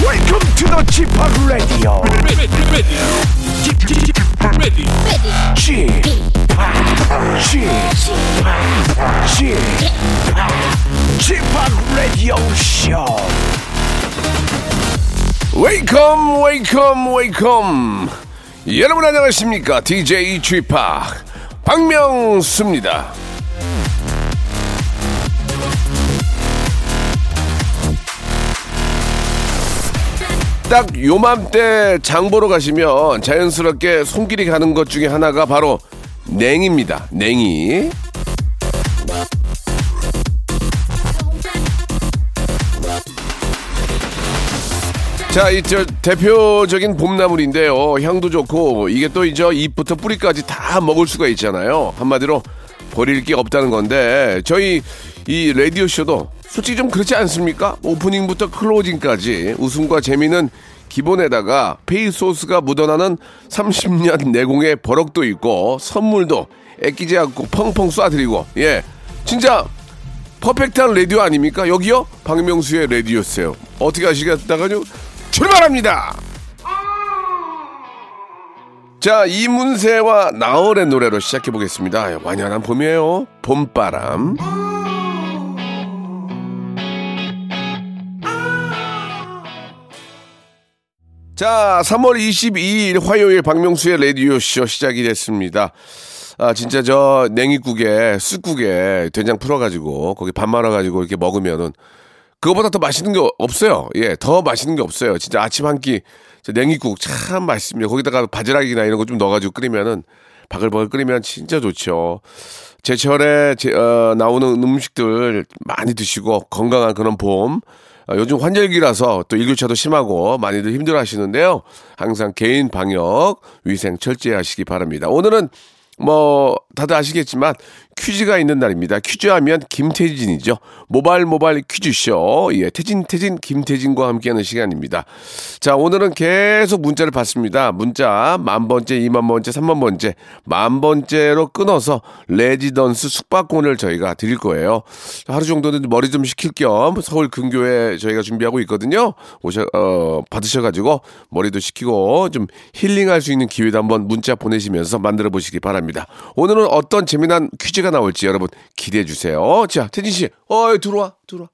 Welcome to the g p o p Radio. ready, ready, ready, g p o p g p o p g p o p Radio Show. 웨이컴 웨이컴 웨이컴 여러분 안녕하십니까 DJ g p o 박명수입니다 딱 요맘때 장 보러 가시면 자연스럽게 손길이 가는 것 중에 하나가 바로 냉입니다 냉이 자, 이 저 대표적인 봄나물인데요. 향도 좋고 이게 또 이제 잎부터 뿌리까지 다 먹을 수가 있잖아요. 한마디로 버릴 게 없다는 건데 저희 이 라디오 쇼도 솔직히 좀 그렇지 않습니까? 오프닝부터 클로징까지 웃음과 재미는 기본에다가 페이소스가 묻어나는 30년 내공의 버럭도 있고 선물도 애끼지 않고 펑펑 쏴드리고 예 진짜 퍼펙트한 라디오 아닙니까? 여기요? 박명수의 라디오세요. 어떻게 아시겠다가요? 출발합니다! 자, 이문세와 나얼의 노래로 시작해보겠습니다. 완연한 봄이에요. 봄바람. 자, 3월 22일 화요일 박명수의 라디오쇼 시작이 됐습니다. 아, 진짜 저 냉이국에, 쑥국에 된장 풀어가지고, 거기 밥 말아가지고 이렇게 먹으면은, 그거보다 더 맛있는 게 없어요. 예, 더 맛있는 게 없어요. 진짜 아침 한 끼, 저 냉이국 참 맛있습니다. 거기다가 바지락이나 이런 거 좀 넣어가지고 끓이면은, 바글바글 끓이면 진짜 좋죠. 제철에 제- 어, 나오는 음식들 많이 드시고 건강한 그런 봄. 어, 요즘 환절기라서 또 일교차도 심하고 많이들 힘들어 하시는데요. 항상 개인 방역, 위생 철저히 하시기 바랍니다. 오늘은 뭐 다들 아시겠지만 퀴즈가 있는 날입니다. 퀴즈하면 김태진이죠. 모발 모발 퀴즈쇼. 예, 태진 태진 김태진과 함께하는 시간입니다. 자, 오늘은 계속 문자를 받습니다. 문자 만 번째, 이만 번째, 삼만 번째, 만 번째로 끊어서 레지던스 숙박권을 저희가 드릴 거예요. 하루 정도는 머리 좀 식힐 겸 서울 근교에 저희가 준비하고 있거든요. 오셔 어, 받으셔가지고 머리도 식히고 좀 힐링할 수 있는 기회도 한번 문자 보내시면서 만들어 보시기 바랍니다. 오늘은 어떤 재미난 퀴즈가 나올지 여러분 기대해 주세요. 자, 태진 씨, 어 들어와, 들어와.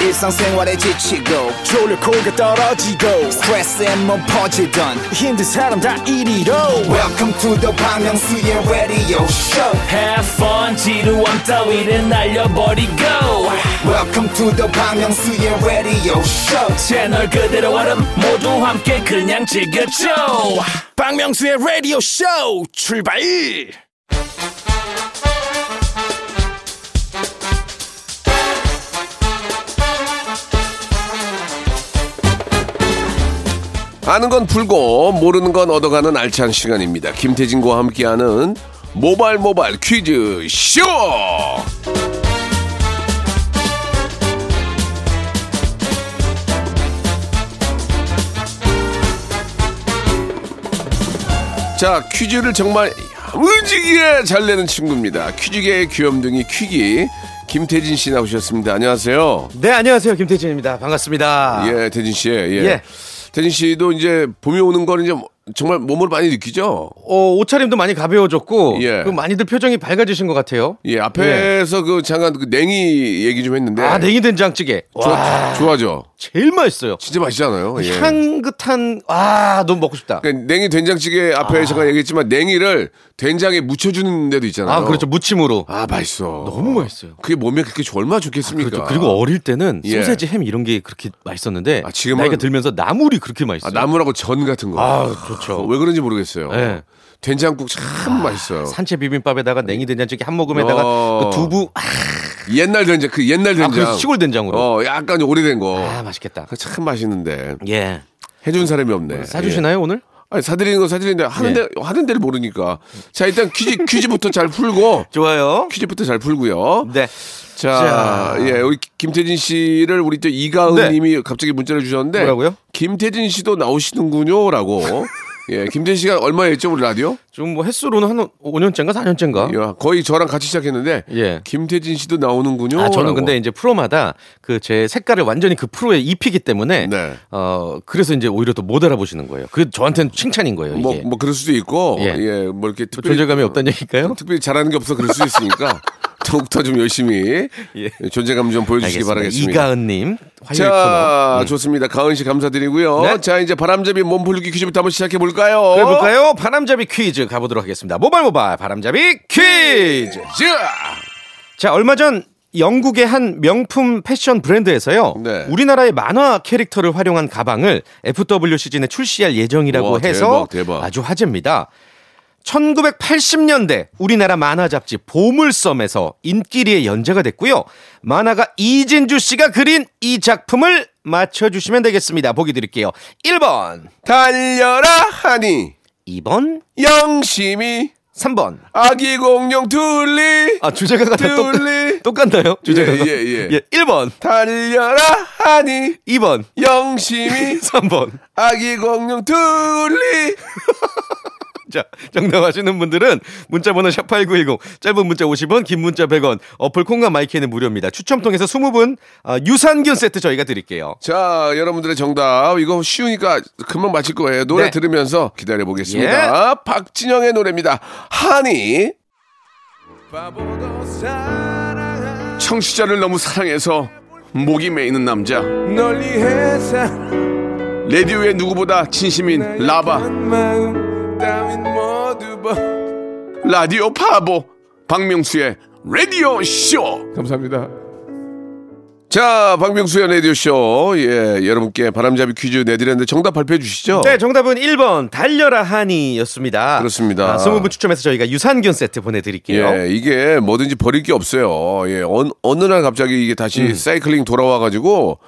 일상생활에 지치고, 졸려 코가 떨어지고, 스트레스에 몸 퍼지던, 힘든 사람 다 이리로. welcome to the 방명수의 radio show Have fun, 지루한 따위를 날려버리고 welcome to the 방명수의 radio show 채널 그대로 얼음 모두 함께 그냥 즐겨줘 박명수의 라디오 쇼 출발. 아는 건 풀고 모르는 건 얻어가는 알찬 시간입니다. 김태진과 함께하는 모발 모발 퀴즈 쇼. 자 퀴즈를 정말 무지개 잘 내는 친구입니다. 퀴즈계의 귀염둥이 퀴기 김태진 씨 나오셨습니다. 안녕하세요. 네 안녕하세요 김태진입니다 반갑습니다 예, 태진 씨. 예. 아. 예. 태진 씨도 이제 봄이 오는 걸 이제 정말 몸으로 많이 느끼죠? 어, 옷차림도 많이 가벼워졌고 예. 그 많이들 표정이 밝아지신 것 같아요 예, 앞에서 그 잠깐 그 냉이 얘기 좀 했는데. 아 냉이 된장찌개 와 좋아, 좋아죠. 제일 맛있어요 진짜 맛있잖아요. 예. 향긋한 아 너무 먹고 싶다 그러니까 냉이 된장찌개 앞에 아. 잠깐 얘기했지만 냉이를 된장에 묻혀주는 데도 있잖아요. 아 그렇죠 무침으로 아, 맛있어. 너무 맛있어요 그게 몸에 그렇게 좋- 얼마나 좋겠습니까? 그렇죠. 그리고 어릴 때는 그러니까. 예. 소세지 햄 이런 게 그렇게 맛있었는데 아, 지금은- 나이가 들면서 나물이 그렇게 맛있어요 아, 나물하고 전 같은 거. 아, 좋죠. 왜 그런지 모르겠어요. 예. 아, 된장국 참 맛있어요. 산채 비빔밥에다가 냉이 된장찌개 한 모금에다가 어. 그 두부 아, 옛날 된장, 그 옛날 아, 된장. 그래서 시골 된장으로 어, 약간 오래된 거. 아 맛있겠다 그거 참 맛있는데 예 해준 사람이 없네. 사주시나요 오늘 예. 아니 사드리는 건 사드리는데 하는데 예. 하는 데를 모르니까. 자 일단 퀴즈 퀴즈부터 잘 풀고 좋아요 퀴즈부터 잘 풀고요. 네 자, 자. 네. 예, 우리 김태진 씨를 우리 또 이가은님이 갑자기 문자를 주셨는데 뭐라고요? 김태진 씨도 나오시는군요라고. 예, 김진 씨가 얼마 했죠 우리 라디오? 좀 뭐 횟수로는 한 5년째인가 4년째인가. 야, 거의 저랑 같이 시작했는데 예. 김태진 씨도 나오는군요. 아, 저는 라고. 근데 이제 프로마다 그 제 색깔을 완전히 그 프로에 입히기 때문에 네. 어 그래서 이제 오히려 또 못 알아보시는 거예요. 그게 저한테는 칭찬인 거예요. 이게. 뭐, 뭐 그럴 수도 있고 예. 예, 뭐 이렇게 뭐 특별히 존재감이 없다는 얘기일까요? 특별히 잘하는 게 없어 그럴 수 있으니까 더욱더 좀 열심히 예. 존재감 좀 보여주시기 바라겠습니다. 이가은님 화요일 자, 코너 음. 좋습니다. 가은 씨 감사드리고요. 네. 자, 이제 바람잡이 몸풀기 퀴즈부터 한번 시작해 볼까요? 그래 볼까요? 바람잡이 퀴즈 가보도록 하겠습니다. 모발 모발 바람잡이 퀴즈. 자, 얼마 전 영국의 한 명품 패션 브랜드에서요. 네. 우리나라의 만화 캐릭터를 활용한 가방을 FW 시즌에 출시할 예정이라고 우와, 해서 대박, 대박. 아주 화제입니다. 1980년대 우리나라 만화 잡지 보물섬에서 인기리에 연재가 됐고요. 만화가 이진주 씨가 그린 이 작품을 맞춰 주시면 되겠습니다. 보기 드릴게요. 1번, 달려라 하니 2번, 영심이 3번. 아기 공룡 둘리 아, 주제가가 다 똑, 둘리 똑같나요? 주제가가. 예, 예, 예. 1번, 달려라 하니 2번, 영심이 3번. 아기 공룡 둘리 자, 정답하시는 분들은 문자번호 샵8910, 짧은 문자 50원, 긴 문자 100원, 어플 콩과 마이크는 무료입니다. 추첨 통해서 20분 아, 유산균 세트 저희가 드릴게요. 자 여러분들의 정답 이거 쉬우니까 금방 맞힐 거예요 노래 네. 들으면서 기다려 보겠습니다 박진영의 노래입니다 하니 청취자를 너무 사랑해서 목이 메이는 남자 레디오의 누구보다 진심인 라바 라디오 파보 박명수의 라디오 쇼 감사합니다 자 박명수의 라디오 쇼예 여러분께 바람잡이 퀴즈 내드렸는데 정답 발표해 주시죠 네, 정답은 1번, 달려라 하니였습니다. 어. 그렇습니다. 아, 20분 추첨해서 저희가 유산균 세트 보내드릴게요. 예, 이게 뭐든지 버릴 게 없어요. 예, 어, 어느 날 갑자기 이게 다시 음. 사이클링 돌아와가지고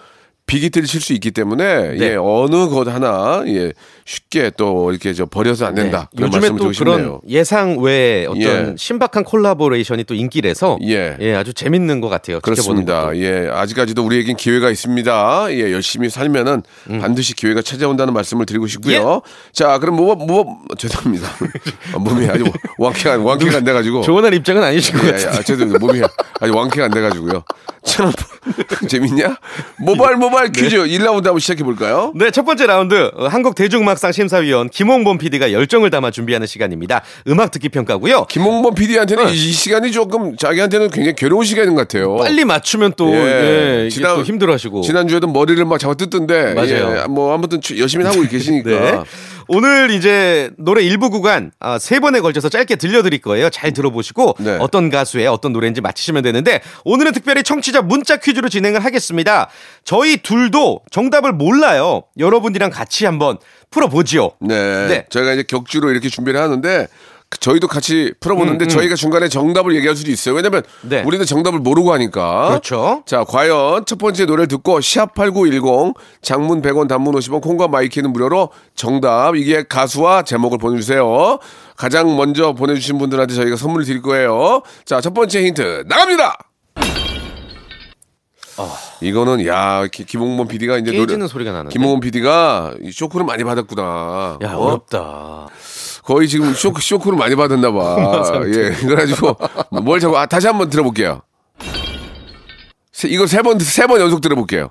비기트를 칠 수 있기 때문에 네. 예, 어느 것 하나 예, 쉽게 또 이렇게 저 버려서 안 된다. 그런 네, 요즘에 말씀을 또 드리고 그런 싶네요. 예상 외에 어떤 예. 신박한 콜라보레이션이 또 인기래서 예. 아주 재밌는 것 같아요. 지켜보는 그렇습니다. 것도. 예, 아직까지도 우리에겐 기회가 있습니다. 예, 열심히 살면은 음. 반드시 기회가 찾아온다는 말씀을 드리고 싶고요. 예. 자, 그럼 뭐, 뭐, 죄송합니다. 몸이 아주 왕쾌가, 왕쾌가 안 돼가지고. 조언할 입장은 아니신 것 예, 같아요. 예, 아, 죄송해요. 몸이 아직 왕쾌가 안 돼가지고요. 참, 재밌냐? 모발, 모발 퀴즈 1라운드 한번 시작해볼까요? 네, 첫 번째 라운드 어, 한국 대중음악상 심사위원 김홍범 PD가 열정을 담아 준비하는 시간입니다. 음악 듣기 평가고요. 김홍범 PD한테는 이, 이 시간이 조금 자기한테는 굉장히 괴로운 시간인 것 같아요. 네. 빨리 맞추면 또 예, 이게 지난- 또 힘들어하시고. 지난주에도 머리를 막 잡아 뜯던데. 맞아요. 예, 뭐, 아무튼 주- 열심히 하고 계시니까. 네. 오늘 이제 노래 일부 구간 아, 세 번에 걸쳐서 짧게 들려드릴 거예요. 잘 들어보시고 네. 어떤 가수의 어떤 노래인지 맞히시면 되는데 오늘은 특별히 청취자 문자 퀴즈로 진행을 하겠습니다. 저희 둘도 정답을 몰라요. 여러분들이랑 같이 한번 풀어보지요. 네. 네. 저희가 이제 격주로 이렇게 준비를 하는데 그- 저희도 같이 풀어보는데 저희가 중간에 정답을 얘기할 수도 있어요. 왜냐면 음, 네. 우리는 정답을 모르고 하니까. 그렇죠. 자, 과연 첫 번째 노래를 듣고 샵8910 장문 100원 단문 50원 콩과 마이키는 무료로 정답 이게 가수와 제목을 보내주세요. 가장 먼저 보내주신 분들한테 저희가 선물을 드릴 거예요. 자, 첫 번째 힌트 나갑니다. 이거는 야 기- 김홍범 PD가 이제 아. 깨지는 노래- 소리가 나는데. 김홍범 PD가 쇼크를 많이 받았구나. 야 어? 어렵다. 거의 지금 쇼크, 쇼크를 많이 받았나 봐. 예. 그래가지고 뭘 자꾸, 아, 다시 한번 들어볼게요. 세, 이거 세 번, 세 번 연속 들어볼게요.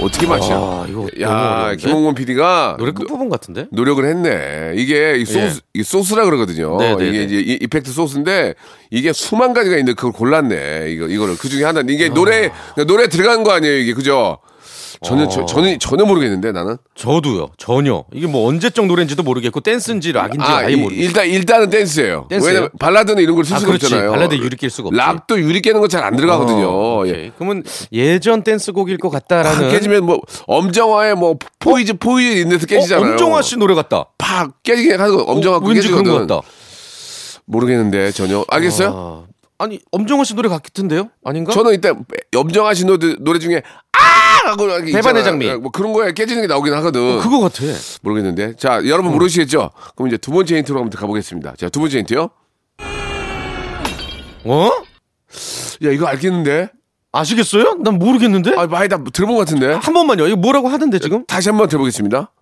어떻게 맞춰? 아, 이거 너무 야, 어려운데? 김홍곤 PD가 노래 끝부분 같은데? 노력을 했네. 이게 이 소스, 예. 이게 소스라 그러거든요. 네, 네, 이게 네. 이제 이- 이펙트 소스인데 이게 수만 가지가 있는데 그걸 골랐네. 이거 이거를 그 중에 하나. 이게 노래 아. 그러니까 노래 들어간 거 아니에요 이게 그죠? 전혀 어. 저, 전혀 전혀 모르겠는데 나는. 저도요 전혀 이게 뭐 언제적 노래인지도 모르겠고 댄스인지 락인지 아, 예 음. 이- 모르겠어요. 일단 일단은 댄스예요. 댄스예요? 왜냐면 발라드는 이런 걸 쓸 아, 수가 그렇지. 없잖아요. 발라드에 유리 낄 수가 없지. 락도 유리 깨는 건 잘 안 들어가거든요. 어, 오케이. 예. 그러면 예전 댄스곡일 것 같다라는 팍 어, 깨지면 뭐 엄정화의 뭐 포이즈 포이즈 인데서 깨지잖아요. 어, 엄정화 씨 노래 같다. 팍 깨지게 하는 거 엄정화 어, 왠지 깨지거든. 그런 것 같다. 모르겠는데 전혀 알겠어요? 아, 아니 엄정화 씨 노래 같던데요? 아닌가? 저는 일단 엄정화 씨 노래, 노래 중에 아 하고 이렇게 대반의 있잖아요. 장미. 어, 뭐 그런 거에 깨지는 게 나오긴 하거든. 그거 음. 같아. 모르겠는데. 자, 여러분 모르시겠죠? 그럼 이제 두 번째 힌트로 한번 가보겠습니다. 자, 두 번째 힌트요. 어? 야, 이거 알겠는데? 아시겠어요? 난 모르겠는데. 아, 많이 다 들어본 것 같은데? 한 번만요. 이거 뭐라고 하던데 지금? 다시 한번 들어보겠습니다.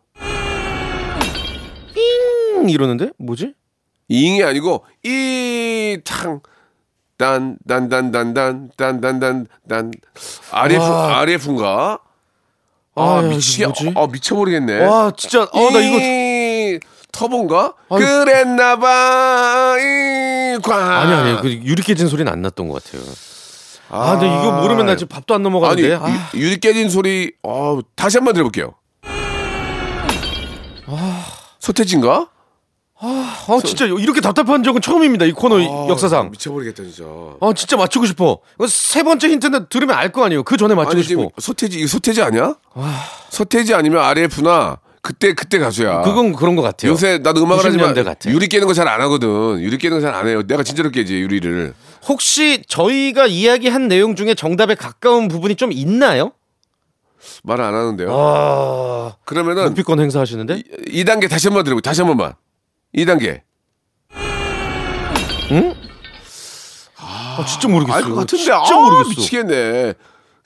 잉 이러는데 뭐지? 이잉이 아니고 이탕 딴딴딴딴딴딴딴딴딴 RF RF인가? 아, 아유, 미치 이게 뭐지? 아 미쳐 버리겠네. 와 진짜 어 나 이거 이... 터본가? 아유. 그랬나봐 이광 아니 아니 그 유리 깨진 소리는 안 났던 것 같아요. 아, 근데 이거 모르면 나 지금 밥도 안 아니 넘어가는데. 아, 유- 유리 깨진 소리 어, 다시 한 번 들어볼게요. 소태진가? 아, 진짜 이렇게 답답한 적은 처음입니다. 이 코너 역사상. 아, 미쳐버리겠다 진짜. 아 진짜 맞추고 싶어. 이거 세 번째 힌트는 들으면 알 거 아니에요. 그 전에 맞추고 아니 지금 싶어. 소태지 이거 소태지 아니야? 소태지 아니면 RF나 그때 그때 가수야. 그건 그런 것 같아요. 요새 나도 음악을 90년대 하지만 같아. 유리 깨는 거 잘 안 하거든. 유리 깨는 거 잘 안 해요. 내가 진짜로 깨지 유리를. 혹시 저희가 이야기한 내용 중에 정답에 가까운 부분이 좀 있나요? 말을 안 하는데요. 아 그러면은 높이권 행사하시는데? 2단계 다시 한 번 드리고 다시 한 번만. 2단계. 아, 진짜 모르겠어요. 알것 같은데. 진짜 아, 모르겠어. 미치겠네.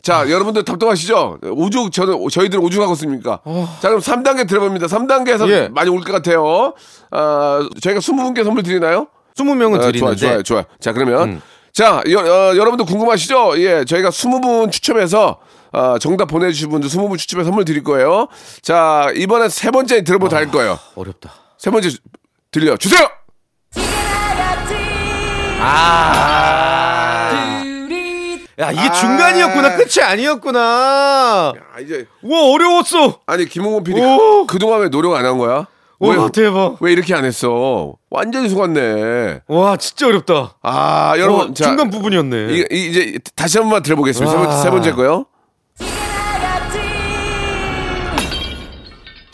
자, 여러분들 답답하시죠? 오죽 저는 저희들은 오죽하고 있습니까? 자, 그럼 3단계 들어봅니다. 3단계에서 아. 예. 많이 올 것 같아요. 아, 저희가 20분께 선물 드리나요? 20명은 아, 좋아, 어, 드리는데 음. 좋아요, 좋아요. 자, 그러면. 자, 여, 러분들 궁금하시죠? 예, 저희가 20분 추첨해서 아, 정답 보내주신 분들 20분 추첨해 선물 드릴 거예요. 자, 이번엔 세 번째 아. 들어보다 할 거예요. 어렵다. 세 번째 들려 주세요. 야 이게 중간이었구나 끝이 아니었구나. 아, 이제 우와 어려웠어. 아니 김홍곤 PD 오! 그 동안 왜 노력 안 한 거야? 왜, 와 대박. 왜 이렇게 안 했어? 완전히 속았네. 와 진짜 어렵다. 아, 여러분 와, 자, 중간 부분이었네. 예. 이, 이- 이제 다시 한 번만 들어보겠습니다. 세 와. 번째, 세 번째 거요.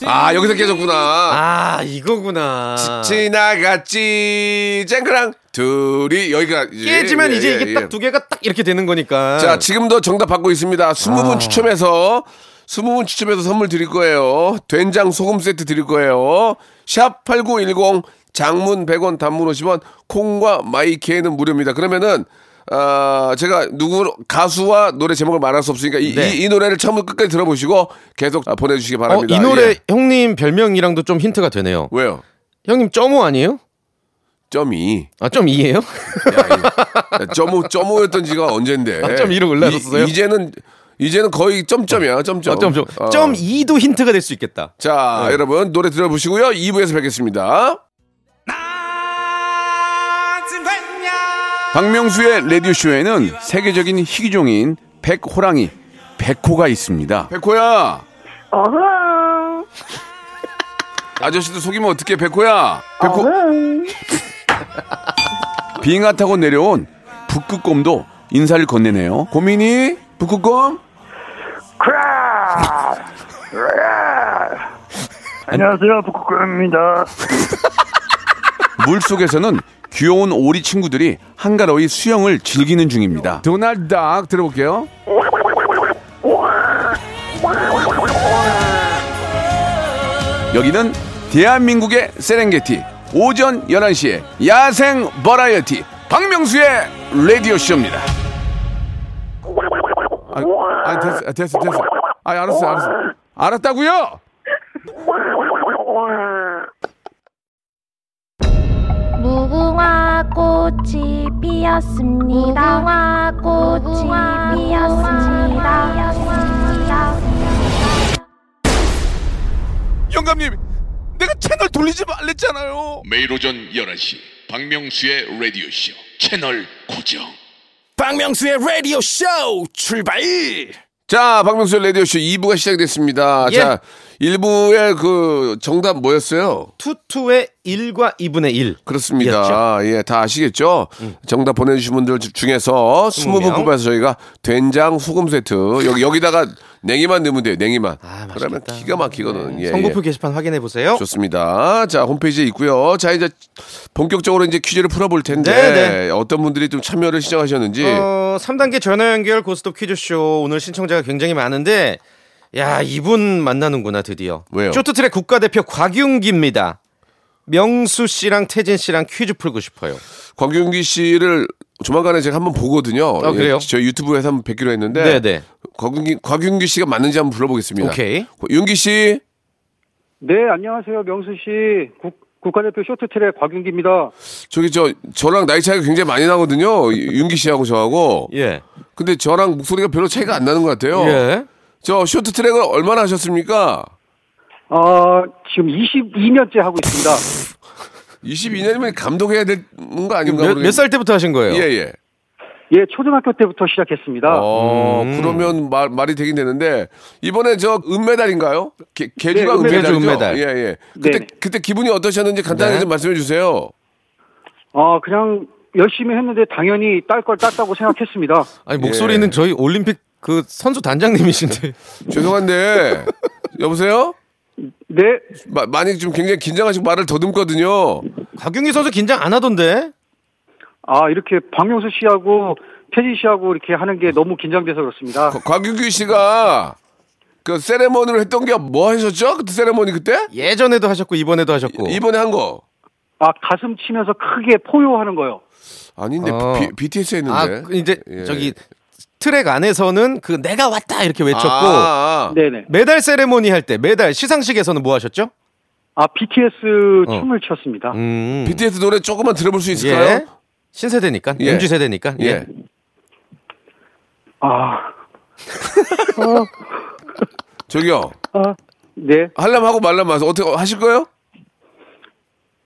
아 여기서 깨졌구나. 아 이거구나. 지나갔지 쨍그랑 둘이 여기가 깨지면 예, 이제 이게 딱 두 개가 딱 이렇게 되는 거니까. 자 지금도 정답 받고 있습니다. 아. 20분 추첨해서 20분 추첨해서 선물 드릴 거예요. 된장 소금 세트 드릴 거예요. 샵 8910 장문 100원 단문 50원 콩과 마이케는 무료입니다. 그러면은 아 제가 누구 가수와 노래 제목을 말할 수 없으니까 이, 네. 이, 이 노래를 처음부터 끝까지 들어보시고 계속 아, 보내주시기 어, 바랍니다. 이 노래 예. 형님 별명이랑도 좀 힌트가 되네요. 왜요? 형님 점오 아니에요? 점이 아, 점 2예요? 야, 점오 점오였던 지가 언젠데? 아, 점 이로 올라섰어요? 아, 이, 제는 이제는 거의 점점이야 점점. 점, 점. 어. 점 2도 힌트가 될 수 있겠다. 자 여러분 노래 들어보시고요 2부에서 뵙겠습니다. 박명수의 라디오 쇼에는 세계적인 희귀종인 백호랑이, 백호가 있습니다. 백호야 어흥, 아저씨도 속이면 어떻게 백호야? 백호 어흥. 빙하 타고 내려온 북극곰도 인사를 건네네요. 고민이 북극곰? 안녕하세요, 북극곰입니다. 물 속에서는 귀여운 오리 친구들이 한가로이 수영을 즐기는 중입니다. 도날드 닥 들어볼게요. 여기는 대한민국의 세렝게티 오전 11시에 야생 버라이어티 박명수의 라디오 쇼입니다. 아 됐어 됐어 됐어. 아 알았어 알았어. 알았다고요? 무궁화 꽃이 피었습니다. 무궁화 꽃이 피었습니다. 영감님, 내가 채널 돌리지 말랬잖아요. 매일 오전 11시 박명수의 라디오쇼 채널 고정 박명수의 라디오 쇼 출발 자 박명수의 라디오 쇼 2부가 시작됐습니다. 예. 자 1부의 그 정답 뭐였어요? 투투의 1과 2분의 1. 그렇습니다. 예, 다 아시겠죠? 정답 보내주신 분들 주- 중에서 20분 명. 뽑아서 저희가 된장 소금 세트 여기 여기다가 냉이만 넣으면 돼요. 냉이만. 아, 그러면 맛있겠다. 기가 막히거든. 예, 선거표 예. 게시판 확인해 보세요. 좋습니다. 자 홈페이지에 있고요. 자 이제 본격적으로 이제 퀴즈를 풀어볼 텐데 네, 네. 어떤 분들이 좀 참여를 시작하셨는지 어, 3단계 전화 연결 고스톱 퀴즈쇼 오늘 신청자가 굉장히 많은데 야, 이분 만나는구나 드디어. 왜요? 쇼트트랙 국가대표 곽윤기입니다. 명수 씨랑 태진 씨랑 퀴즈 풀고 싶어요. 곽윤기 씨를 조만간에 제가 한번 보거든요. 예, 아, 그래요? 저희 유튜브에서 한번 뵙기로 했는데 네, 네. 곽윤기 곽윤기 씨가 맞는지 한번 불러보겠습니다. 오케이. 윤기 씨 네, 안녕하세요, 명수 씨. 국, 국가대표 쇼트트랙 곽윤기입니다. 저기 저 저랑 나이 차이가 굉장히 많이 나거든요. 이- 윤기 씨하고 저하고. 예. 근데 저랑 목소리가 별로 차이가 안 나는 것 같아요. 예. 저 쇼트 트랙을 얼마나 하셨습니까? 어, 지금 22년째 하고 있습니다. 22년이면 감독해야 되는 거 아닌가? 몇 살 때부터 하신 거예요? 예, 예. 예, 초등학교 때부터 시작했습니다. 어, 음. 그러면 말, 말이 되긴 되는데 이번에 저 은메달인가요? 개, 개주가 네, 은메달이죠. 은메달. 개주 은메달. 예, 예. 그때 네네. 그때 기분이 어떠셨는지 간단하게 네. 좀 말씀해 주세요. 어, 그냥 열심히 했는데 당연히 딸 걸 땄다고 생각했습니다. 아니 예. 목소리는 저희 올림픽 그 선수 단장님이신데 죄송한데 여보세요? 네, 마, 많이 좀 굉장히 긴장하시고 말을 더듬거든요. 곽윤기 선수 긴장 안 하던데? 아, 이렇게 박명수 씨하고 태진 씨하고 이렇게 하는 게 너무 긴장돼서 그렇습니다. 곽- 곽유규 씨가 그 세레머니를 했던 게 뭐 하셨죠? 그때 세레머니 그때? 예전에도 하셨고 이번에도 하셨고. 이번에 한 거. 아, 가슴 치면서 크게 포효하는 거요. 아닌데 어. 비- BTS 했는데. 아 그 이제 예. 저기 트랙 안에서는 그 내가 왔다 이렇게 외쳤고 아, 아. 네네. 메달 세레모니 할 때 메달 시상식에서는 뭐 하셨죠? 아, BTS 어. 춤을 췄습니다. 음. BTS 노래 조금만 들어볼 수 있을까요? 예. 신세대니까 예. MG 세대니까 예. 예. 아, 저기요. 아, 네. 할람 하고 말람 마서 어떻게 하실 거예요?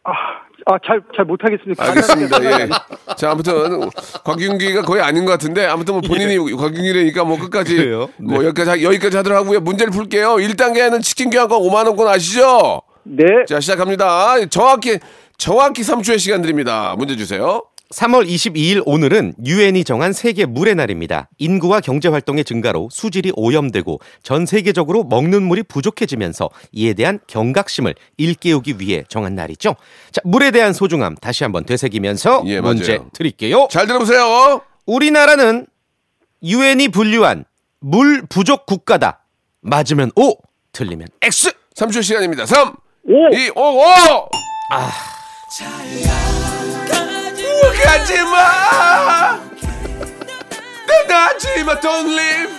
아, 잘, 잘 못하겠습니다. 알겠습니다. 예. 자, 아무튼 곽윤기가 거의 아닌 것 같은데 아무튼 뭐 본인이 곽윤기라니까 뭐 끝까지 예. 그래요? 네. 뭐 여기까지 하- 여기까지 하도록 하고요. 문제를 풀게요. 1단계는 치킨 교환권 5만 원권 아시죠? 네. 자, 시작합니다. 정확히 정확히 3초의 시간 드립니다. 문제 주세요. 3월 22일 오늘은 유엔이 정한 세계 물의 날입니다. 인구와 경제 활동의 증가로 수질이 오염되고 전 세계적으로 먹는 물이 부족해지면서 이에 대한 경각심을 일깨우기 위해 정한 날이죠. 자, 물에 대한 소중함 다시 한번 되새기면서 예, 맞아요. 문제 드릴게요. 잘 들어보세요. 우리나라는 유엔이 분류한 물 부족 국가다. 맞으면 O, 틀리면 X. 3초 시간입니다. 3, 오! 2, 5, 5! 아. 가지 마! 떠나지 마, don't leave!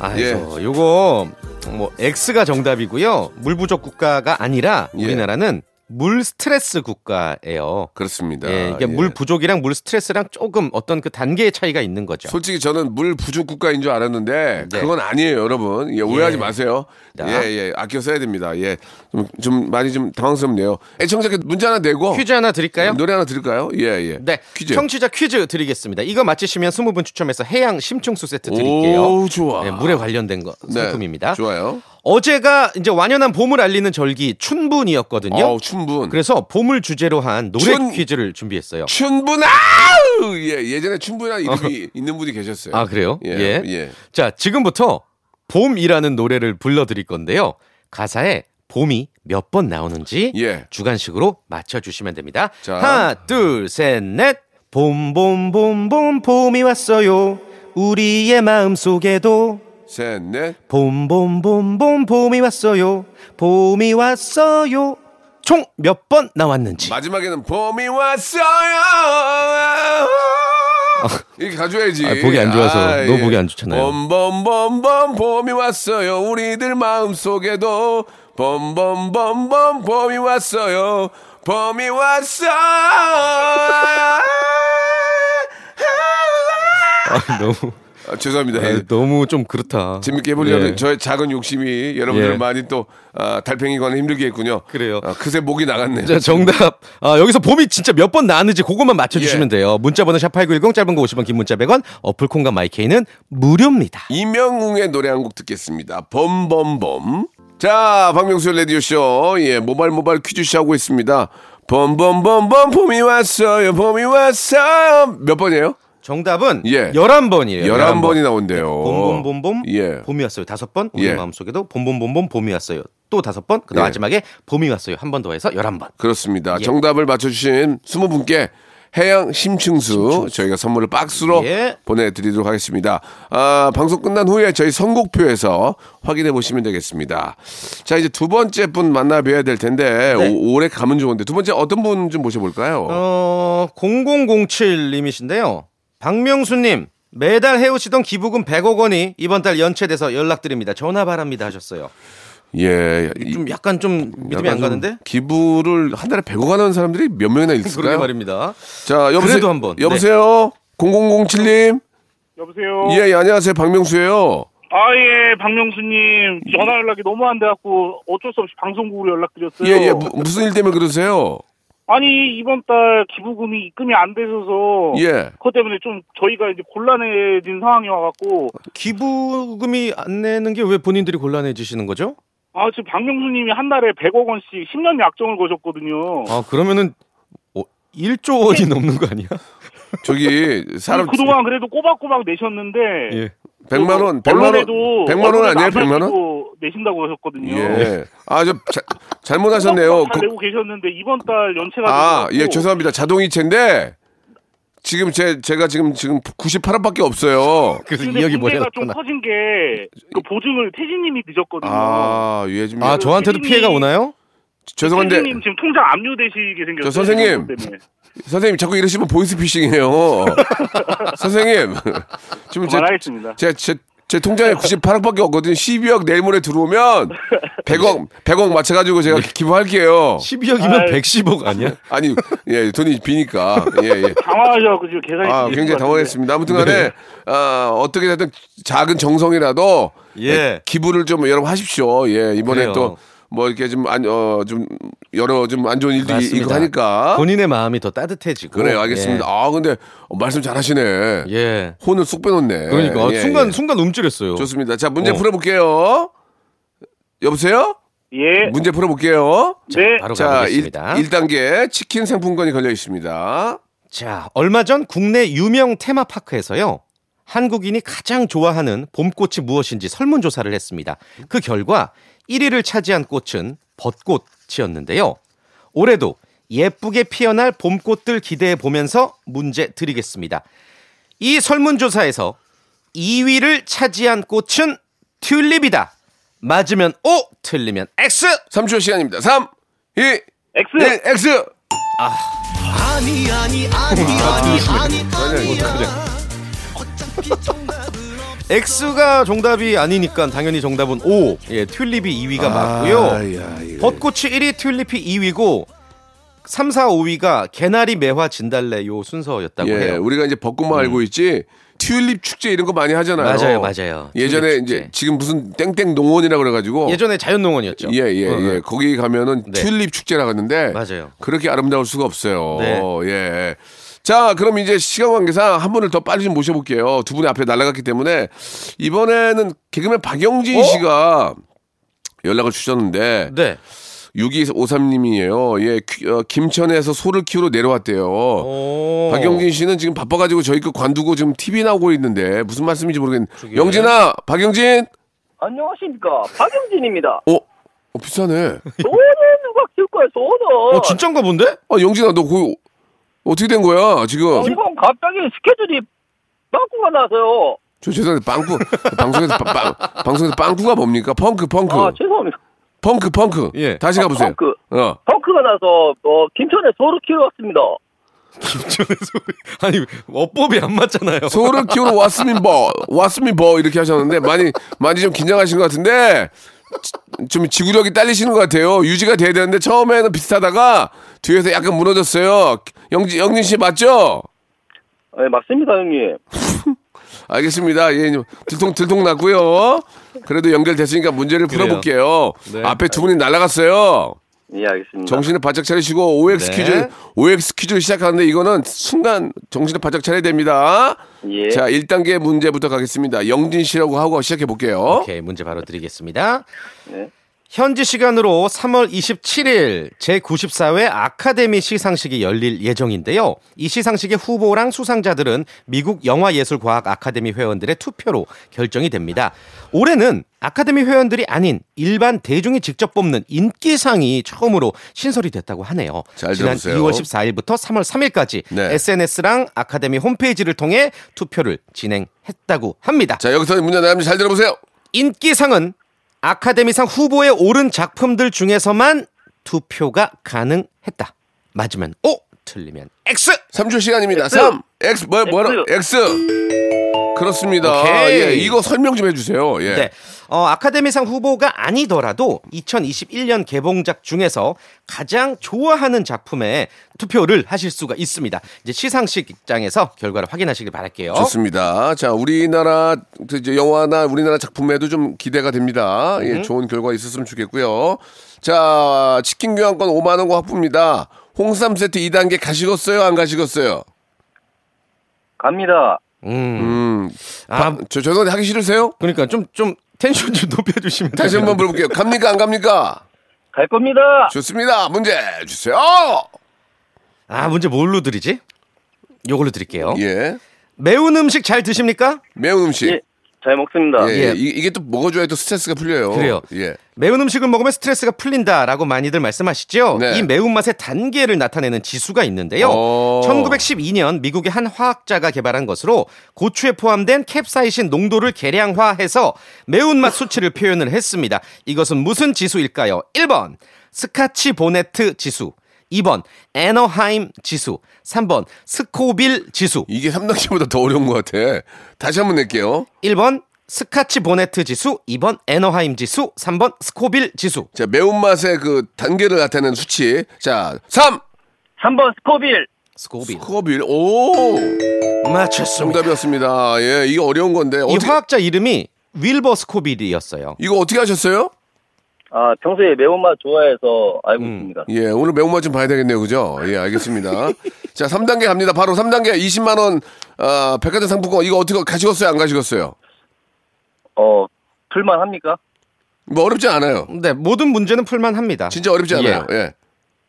아이고, 예. 요거 뭐 X가 정답이고요. 물 부족 국가가 아니라 예. 우리나라는 물 스트레스 국가예요. 그렇습니다. 예, 이게 예. 물 부족이랑 물 스트레스랑 조금 어떤 그 단계의 차이가 있는 거죠. 솔직히 저는 물 부족 국가인 줄 알았는데 네. 그건 아니에요, 여러분. 예, 오해하지 마세요. 예, 자. 예, 아껴 써야 됩니다. 예, 좀, 좀 많이 좀 당황스럽네요. 애청자께 문제 하나 내고 퀴즈 하나 드릴까요? 노래 하나 드릴까요? 예, 예. 네. 퀴즈. 청취자 퀴즈 드리겠습니다. 이거 맞히시면 20분 추첨해서 해양 심층수 세트 드릴게요. 오, 좋아. 네, 물에 관련된 거 네, 상품입니다. 좋아요. 어제가 이제 완연한 봄을 알리는 절기 춘분이었거든요. 어우, 춘분. 그래서 봄을 주제로 한 노래 춘- 퀴즈를 준비했어요. 춘분 아우 예 예전에 춘분이라는 이름이 있는 분이 계셨어요. 아 그래요? 예, 예, 예. 자 지금부터 봄이라는 노래를 불러드릴 건데요. 가사에 봄이 몇 번 나오는지 예. 주간식으로 맞춰주시면 됩니다. 자. 하나 둘 셋 넷. 봄봄봄봄 봄이 왔어요. 우리의 마음 속에도 셋넷 봄봄봄봄 봄이 왔어요. 봄이 왔어요. 총 몇 번 나왔는지. 마지막에는 봄이 왔어요. 이렇게 가져야지. 예. 아, 보기 안 좋아서. 너무 보기 안 좋잖아요. 봄봄봄봄 봄이 왔어요. 우리들 마음 속에도 봄봄봄봄 봄이 왔어요. 봄이 왔어. 아, 너무 아, 죄송합니다. 아, 너무 좀 그렇다. 재밌게 해보려는 예. 저의 작은 욕심이 여러분들을 예. 많이 또 아, 달팽이관에 힘들게 했군요. 그래요. 아, 그새 목이 나갔네요. 자, 정답. 아, 여기서 봄이 진짜 몇 번 나왔는지 그것만 맞춰주시면 예. 돼요. 문자번호 샵8910, 짧은 거 50원, 긴 문자 100원, 어플콘과 마이케이는 무료입니다. 이명웅의 노래 한 곡 듣겠습니다. 범범범. 자, 박명수 라디오쇼. 예, 모발모발 퀴즈쇼 하고 있습니다. 범범범범 봄이 왔어요. 봄이 왔어요. 몇 번이에요? 정답은 예. 네, 11번이에요. 예, 11번이 나온대요. 봄봄봄봄 예. 봄이 왔어요. 다섯 번 우리 예. 마음속에도 봄봄봄봄 봄이 왔어요. 또 다섯 번 그다음 예. 마지막에 봄이 왔어요. 한 번 더 해서 11번. 그렇습니다. 예. 정답을 맞춰주신 20분께 해양 심층수, 저희가 선물을 박스로 예. 보내드리도록 하겠습니다. 아, 방송 끝난 후에 저희 선곡표에서 확인해 보시면 되겠습니다. 자, 이제 두 번째 분 만나봐야 될 텐데 네. 오, 오래 가면 좋은데 두 번째 어떤 분 좀 모셔볼까요? 어, 0007님이신데요. 박명수님, 매달 해오시던 기부금 100억 원이 이번 달 연체돼서 연락드립니다. 전화 바랍니다 하셨어요. 예. 좀 약간 좀 믿음이 안 좀 가는데? 기부를 한 달에 100억 하는 사람들이 몇 명이나 그러게 있을까요? 말입니다. 자, 여보세요. 그래도 한번. 네. 여보세요. 0007님. 여보세요. 예, 예, 안녕하세요. 박명수예요. 아, 예, 박명수님. 전화 연락이 너무 안 돼갖고 어쩔 수 없이 방송국으로 연락드렸어요. 예, 예. 무, 무슨 일 때문에 그러세요? 아니, 이번 달 기부금이 입금이 안 되셔서. 예. 그것 때문에 좀 저희가 이제 곤란해진 상황이 와갖고. 기부금이 안 내는 게 왜 본인들이 곤란해지시는 거죠? 아, 지금 박명수님이 한 달에 100억 원씩 10년 약정을 거셨거든요. 아 그러면은 어, 1조 네. 원이 넘는 거 아니야? 저기 사람 그동안 그래도 꼬박꼬박 내셨는데. 예. 100만 원, 100만 원. 언론에도 100만 원 언론에도 아니에요? 안 100만 원? 밝히고 내신다고 하셨거든요. 예. 아, 저 자- 잘못하셨네요. 잘 그- 내고 계셨는데 이번 달 연체가 아, 돼서 예, 죄송합니다. 자동이체인데 지금 제 제가 지금 지금 98원밖에 없어요. 그래서 근데 이야기 아, 문제가 좀 모자랐구나. 커진 게 그 보증을 태진님이 늦었거든요. 아, 예, 지금 아 저한테도 선생님이- 피해가 오나요? 죄송한데 태진님 지금 통장 압류되시게 저 생겼어요. 선생님. 그것 때문에. 선생님 자꾸 이러시면 보이스피싱이에요. 선생님 지금 제 그만하겠습니다. 제, 제, 제 통장에 98억밖에 없거든요. 12억 내일 모레 들어오면 100억 100억 맞춰가지고 제가 기부할게요. 12억이면 아이. 110억 아니야? 아니 예 돈이 비니까 예 예. 당황하셔가지고 지금 계산이 아 굉장히 뒤집힌 것 같은데. 당황했습니다. 네. 아무튼간에 아, 어떻게 됐든 작은 정성이라도 예. 예, 기부를 좀 여러분 하십시오. 예 이번에 그래요. 또 뭐 이렇게 좀안어좀 여러 좀 안 좋은 일도 이- 있고 맞습니다. 하니까 본인의 마음이 더 따뜻해지고. 그래요 알겠습니다. 아 근데 말씀 잘하시네. 예. 예. 혼을 쏙 빼놓네. 그러니까 아, 예, 순간 예. 순간 움찔했어요. 좋습니다. 자, 문제 어. 풀어볼게요. 여보세요? 예. 문제 풀어볼게요. 네. 바로 자, 일 가보겠습니다. 일단계 치킨 상품권이 걸려 있습니다. 자, 얼마 전 국내 유명 테마파크에서요. 한국인이 가장 좋아하는 봄꽃이 무엇인지 설문조사를 했습니다. 그 결과 1위를 차지한 꽃은 벚꽃이었는데요. 올해도 예쁘게 피어날 봄꽃들 기대해 보면서 문제 드리겠습니다. 이 설문조사에서 2위를 차지한 꽃은 튤립이다. 맞으면 O, 틀리면 X. 네. 3초 시간입니다. 3, 2, 엑스. 1, X! X가 정답이 아니니까 당연히 정답은 O. 예, 튤립이 아, 2위가 맞고요. 벚꽃이 1위, 튤립이 2위고 3, 4, 5위가 개나리, 매화, 진달래 요 순서였다고 예, 해요. 음. 우리가 이제 벚꽃만 알고 있지, 튤립 축제 이런 거 많이 하잖아요. 맞아요, 맞아요. 예전에 튤립 축제. 이제 지금 무슨 땡땡 농원이라 그래가지고. 예전에 자연농원이었죠. 예, 예, 어, 예. 거기 가면은 네. 튤립 축제라 그랬는데. 맞아요. 그렇게 아름다울 수가 없어요. 네. 예. 자, 그럼 이제 시간 관계상 한 분을 더 빨리 좀 모셔볼게요. 두 분이 앞에 날아갔기 때문에 이번에는 개그맨 박영진 어? 씨가 연락을 주셨는데 네. 6253님이에요. 예, 퀴- 어, 김천에서 소를 키우러 내려왔대요. 어. 오. 박영진 씨는 지금 바빠가지고 저희 그 관두고 지금 TV 나오고 있는데 무슨 말씀인지 모르겠는데 영진아, 박영진, 안녕하십니까. 박영진입니다. 어, 어 비싸네. 돈을 누가 키울 거야, 돈을. 어, 진짠가 본데? 아 영진아 너 그, 어떻게 된 거야 지금? 이번 갑자기 스케줄이 빵꾸가 나서요. 저 죄송한데 빵꾸 방송에서 빠- 빵 방송에서 빵꾸가 뭡니까? 펑크 펑크 아, 죄송합니다. 펑크 펑크. 예. 다시 가보세요. 펑크. 어. 펑크가 나서 어, 김천에 소를 키우러 왔습니다. 김천의 소리. 아니, 어법이 안 맞잖아요. 소를 키우러 왔으면 뭐 왔으면 뭐 이렇게 하셨는데 많이 많이 좀 긴장하신 것 같은데 지- 좀 지구력이 딸리시는 것 같아요. 유지가 돼야 되는데 처음에는 비슷하다가 뒤에서 약간 무너졌어요. 영진 영진 씨 맞죠? 네, 맞습니다, 형님. 알겠습니다. 예, 들통 들통 났고요. 그래도 연결됐으니까 문제를 풀어볼게요. 네. 앞에 두 분이 날아갔어요. 예, 알겠습니다. 정신을 바짝 차리시고 OX 네. 퀴즈 OX 퀴즈 시작하는데 이거는 순간 정신을 바짝 차려야 됩니다. 예. 자, 1단계 문제부터 가겠습니다. 영진 씨라고 하고 시작해 볼게요. 오케이, 문제 바로 드리겠습니다. 현지 시간으로 3월 27일 제94회 아카데미 시상식이 열릴 예정인데요. 이 시상식의 후보랑 수상자들은 미국 영화예술과학 아카데미 회원들의 투표로 결정이 됩니다. 올해는 아카데미 회원들이 아닌 일반 대중이 직접 뽑는 인기상이 처음으로 신설이 됐다고 하네요. 잘 지난 들어보세요. 2월 14일부터 3월 3일까지 네. SNS랑 아카데미 홈페이지를 통해 투표를 진행했다고 합니다. 자, 여기서 문제 나갑니다. 잘 들어보세요. 인기상은 아카데미상 후보에 오른 작품들 중에서만 투표가 가능했다. 맞으면 O, 틀리면 X. 3초 시간입니다. 삼 X 뭐 뭐라 X. 그렇습니다. 오케이. 예, 이거 설명 좀 해주세요. 예. 네. 어, 아카데미상 후보가 아니더라도 2021년 개봉작 중에서 가장 좋아하는 작품에 투표를 하실 수가 있습니다. 이제 시상식장에서 결과를 확인하시길 바랄게요. 좋습니다. 자, 우리나라 그 이제 영화나 우리나라 작품에도 좀 기대가 됩니다. 음. 예, 좋은 결과 있었으면 좋겠고요. 자, 치킨 교환권 5만 원과 화품입니다. 홍삼 세트 2단계 가시겠어요? 안 가시겠어요? 갑니다. 음. 음, 아, 저 죄송한데 하기 싫으세요? 그러니까 좀 좀 텐션 좀 높여 주시면 다시 한번 물어볼게요. 갑니까? 안 갑니까? 갈 겁니다. 좋습니다. 문제 주세요. 어? 아, 문제 뭘로 드리지? 요걸로 드릴게요. 예. 매운 음식 잘 드십니까? 매운 음식. 예. 잘 먹습니다. 예, 이- 이게 또 먹어줘야 또 스트레스가 풀려요. 그래요. 예. 매운 음식을 먹으면 스트레스가 풀린다라고 많이들 말씀하시죠. 네. 이 매운맛의 단계를 나타내는 지수가 있는데요. 오. 1912년 미국의 한 화학자가 개발한 것으로 고추에 포함된 캡사이신 농도를 계량화해서 매운맛 수치를 표현을 했습니다. 이것은 무슨 지수일까요? 1번 스카치 보네트 지수, 2번 애너하임 지수, 3번 스코빌 지수, 이게 3단계보다 더 어려운 것 같아. 다시 한번 낼게요. 1번 스카치 보네트 지수, 2번 애너하임 지수, 3번 스코빌 지수. 자, 매운맛의 그 단계를 나타내는 수치. 자, 3! 3번 스코빌. 스코빌. 스코빌. 오! 맞췄습니다. 정답이었습니다. 예, 이게 어려운 건데. 이 어떻게, 화학자 이름이 윌버 스코빌이었어요. 이거 어떻게 하셨어요? 아, 평소에 매운맛 좋아해서 음. 알고 있습니다. 예, 오늘 매운맛 좀 봐야 되겠네요. 그죠? 예, 알겠습니다. 자, 3단계 갑니다. 바로 3단계 20만원, 아 백화점 상품권. 이거 어떻게 가시겠어요? 안 가시겠어요? 어, 풀만 합니까? 뭐 어렵지 않아요. 네, 모든 문제는 풀만합니다. 진짜 어렵지 않아요. 예.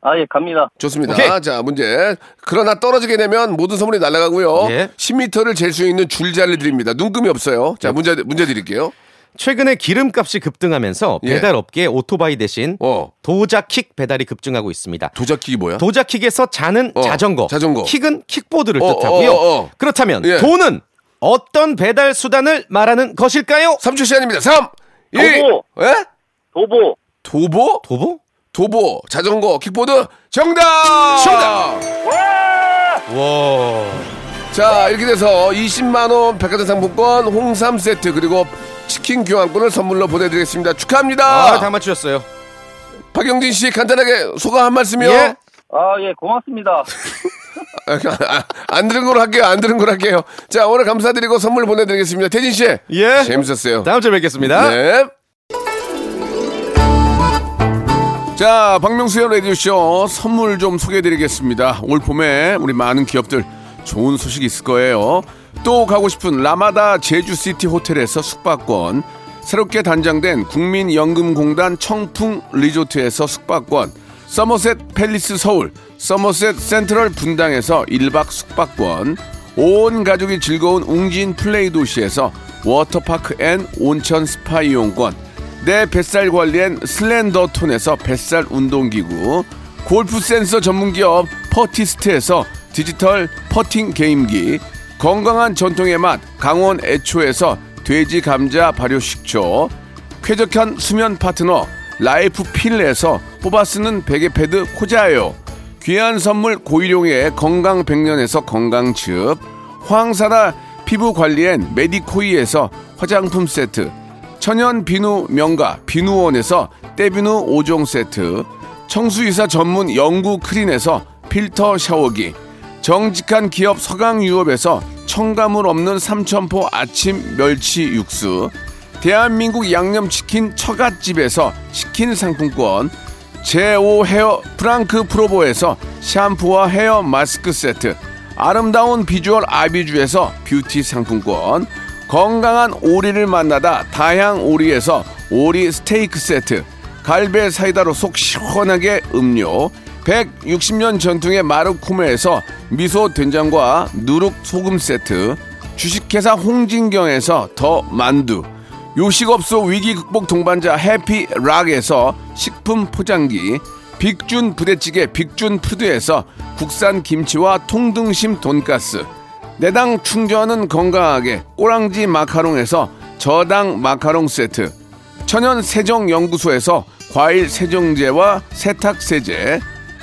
아, 예, 갑니다. 좋습니다. 오케이. 자, 문제. 그러나 떨어지게 되면 모든 선물이 날아가고요. 예. 10m를 잴 수 있는 줄자를 드립니다. 눈금이 없어요. 자, 문제 문제 드릴게요. 최근에 기름값이 급등하면서 예. 배달업계에 오토바이 대신 어. 도자킥 배달이 급증하고 있니다 도자킥이 뭐야? 도자킥에서 자는 어, 자전거, 자전거. 킥은 킥보드를 어, 뜻하고요. 어, 어, 어. 그렇다면 예. 도는 어떤 배달 수단을 말하는 것일까요? 3초 시간입니다. 3 2 도보. 예? 도보. 도보? 도보? 도보, 자전거, 킥보드 정답! 정답! 와. 자, 이렇게 돼서 20만 원 백화점 상품권, 홍삼 세트 그리고 치킨 교환권을 선물로 보내 드리겠습니다. 축하합니다. 아, 다 맞추셨어요. 박영진 씨 간단하게 소감 한 말씀이요. 예. 아, 예, 고맙습니다. 아, 아, 안 들은 걸로 할게요. 안 들은 걸로 할게요. 자, 오늘 감사드리고 선물 보내드리겠습니다. 태진 씨. 예. 재밌었어요. 다음 주에 뵙겠습니다. 네. 자, 박명수의 라디오쇼 선물 좀 소개해드리겠습니다. 올 봄에 우리 많은 기업들 좋은 소식 있을 거예요. 또 가고 싶은 라마다 제주시티 호텔에서 숙박권, 새롭게 단장된 국민연금공단 청풍 리조트에서 숙박권, 서머셋 팰리스 서울, 서머셋 센트럴 분당에서 1박 숙박권, 온 가족이 즐거운 웅진 플레이 도시에서 워터파크 앤 온천 스파 이용권, 내 뱃살 관리엔 슬렌더 톤에서 뱃살 운동기구, 골프 센서 전문기업 퍼티스트에서 디지털 퍼팅 게임기, 건강한 전통의 맛 강원 애초에서 돼지 감자 발효 식초, 쾌적한 수면 파트너 라이프 필에서 뽑아 쓰는 베개 패드 코자요, 귀한 선물 고일용의 건강 백년에서 건강즙, 황사라 피부 관리엔 메디코이에서 화장품 세트, 천연 비누 명가 비누원에서 때비누 5종 세트 청수이사 전문 영구 크린에서 필터 샤워기 정직한 기업 서강유업에서 첨가물 없는 삼천포 아침 멸치 육수 대한민국 양념치킨 처갓집에서 치킨 상품권 제오 헤어 프랑크 프로보에서 샴푸와 헤어 마스크 세트 아름다운 비주얼 아비주에서 뷰티 상품권 건강한 오리를 만나다 다향 오리에서 오리 스테이크 세트 갈배 사이다로 속 시원하게 음료 160년 전통의 마르코메에서 미소 된장과 누룩 소금 세트 주식회사 홍진경에서 더 만두 요식업소 위기 극복 동반자 해피락에서 식품 포장기, 빅준 부대찌개 빅준 푸드에서 국산 김치와 통등심 돈가스, 내당 충전은 건강하게 꼬랑지 마카롱에서 저당 마카롱 세트, 천연 세정 연구소에서 과일 세정제와 세탁 세제,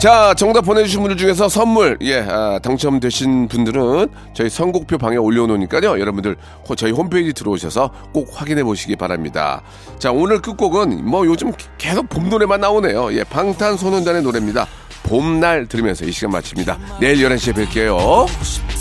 자, 정답 보내주신 분들 중에서 선물, 예, 아, 당첨되신 분들은 저희 선곡표 방에 올려놓으니까요. 여러분들, 호- 저희 홈페이지 들어오셔서 꼭 확인해 보시기 바랍니다. 자, 오늘 끝곡은 뭐 요즘 계속 봄 노래만 나오네요. 예, 방탄소년단의 노래입니다. 봄날 들으면서 이 시간 마칩니다. 내일 11시에 뵐게요.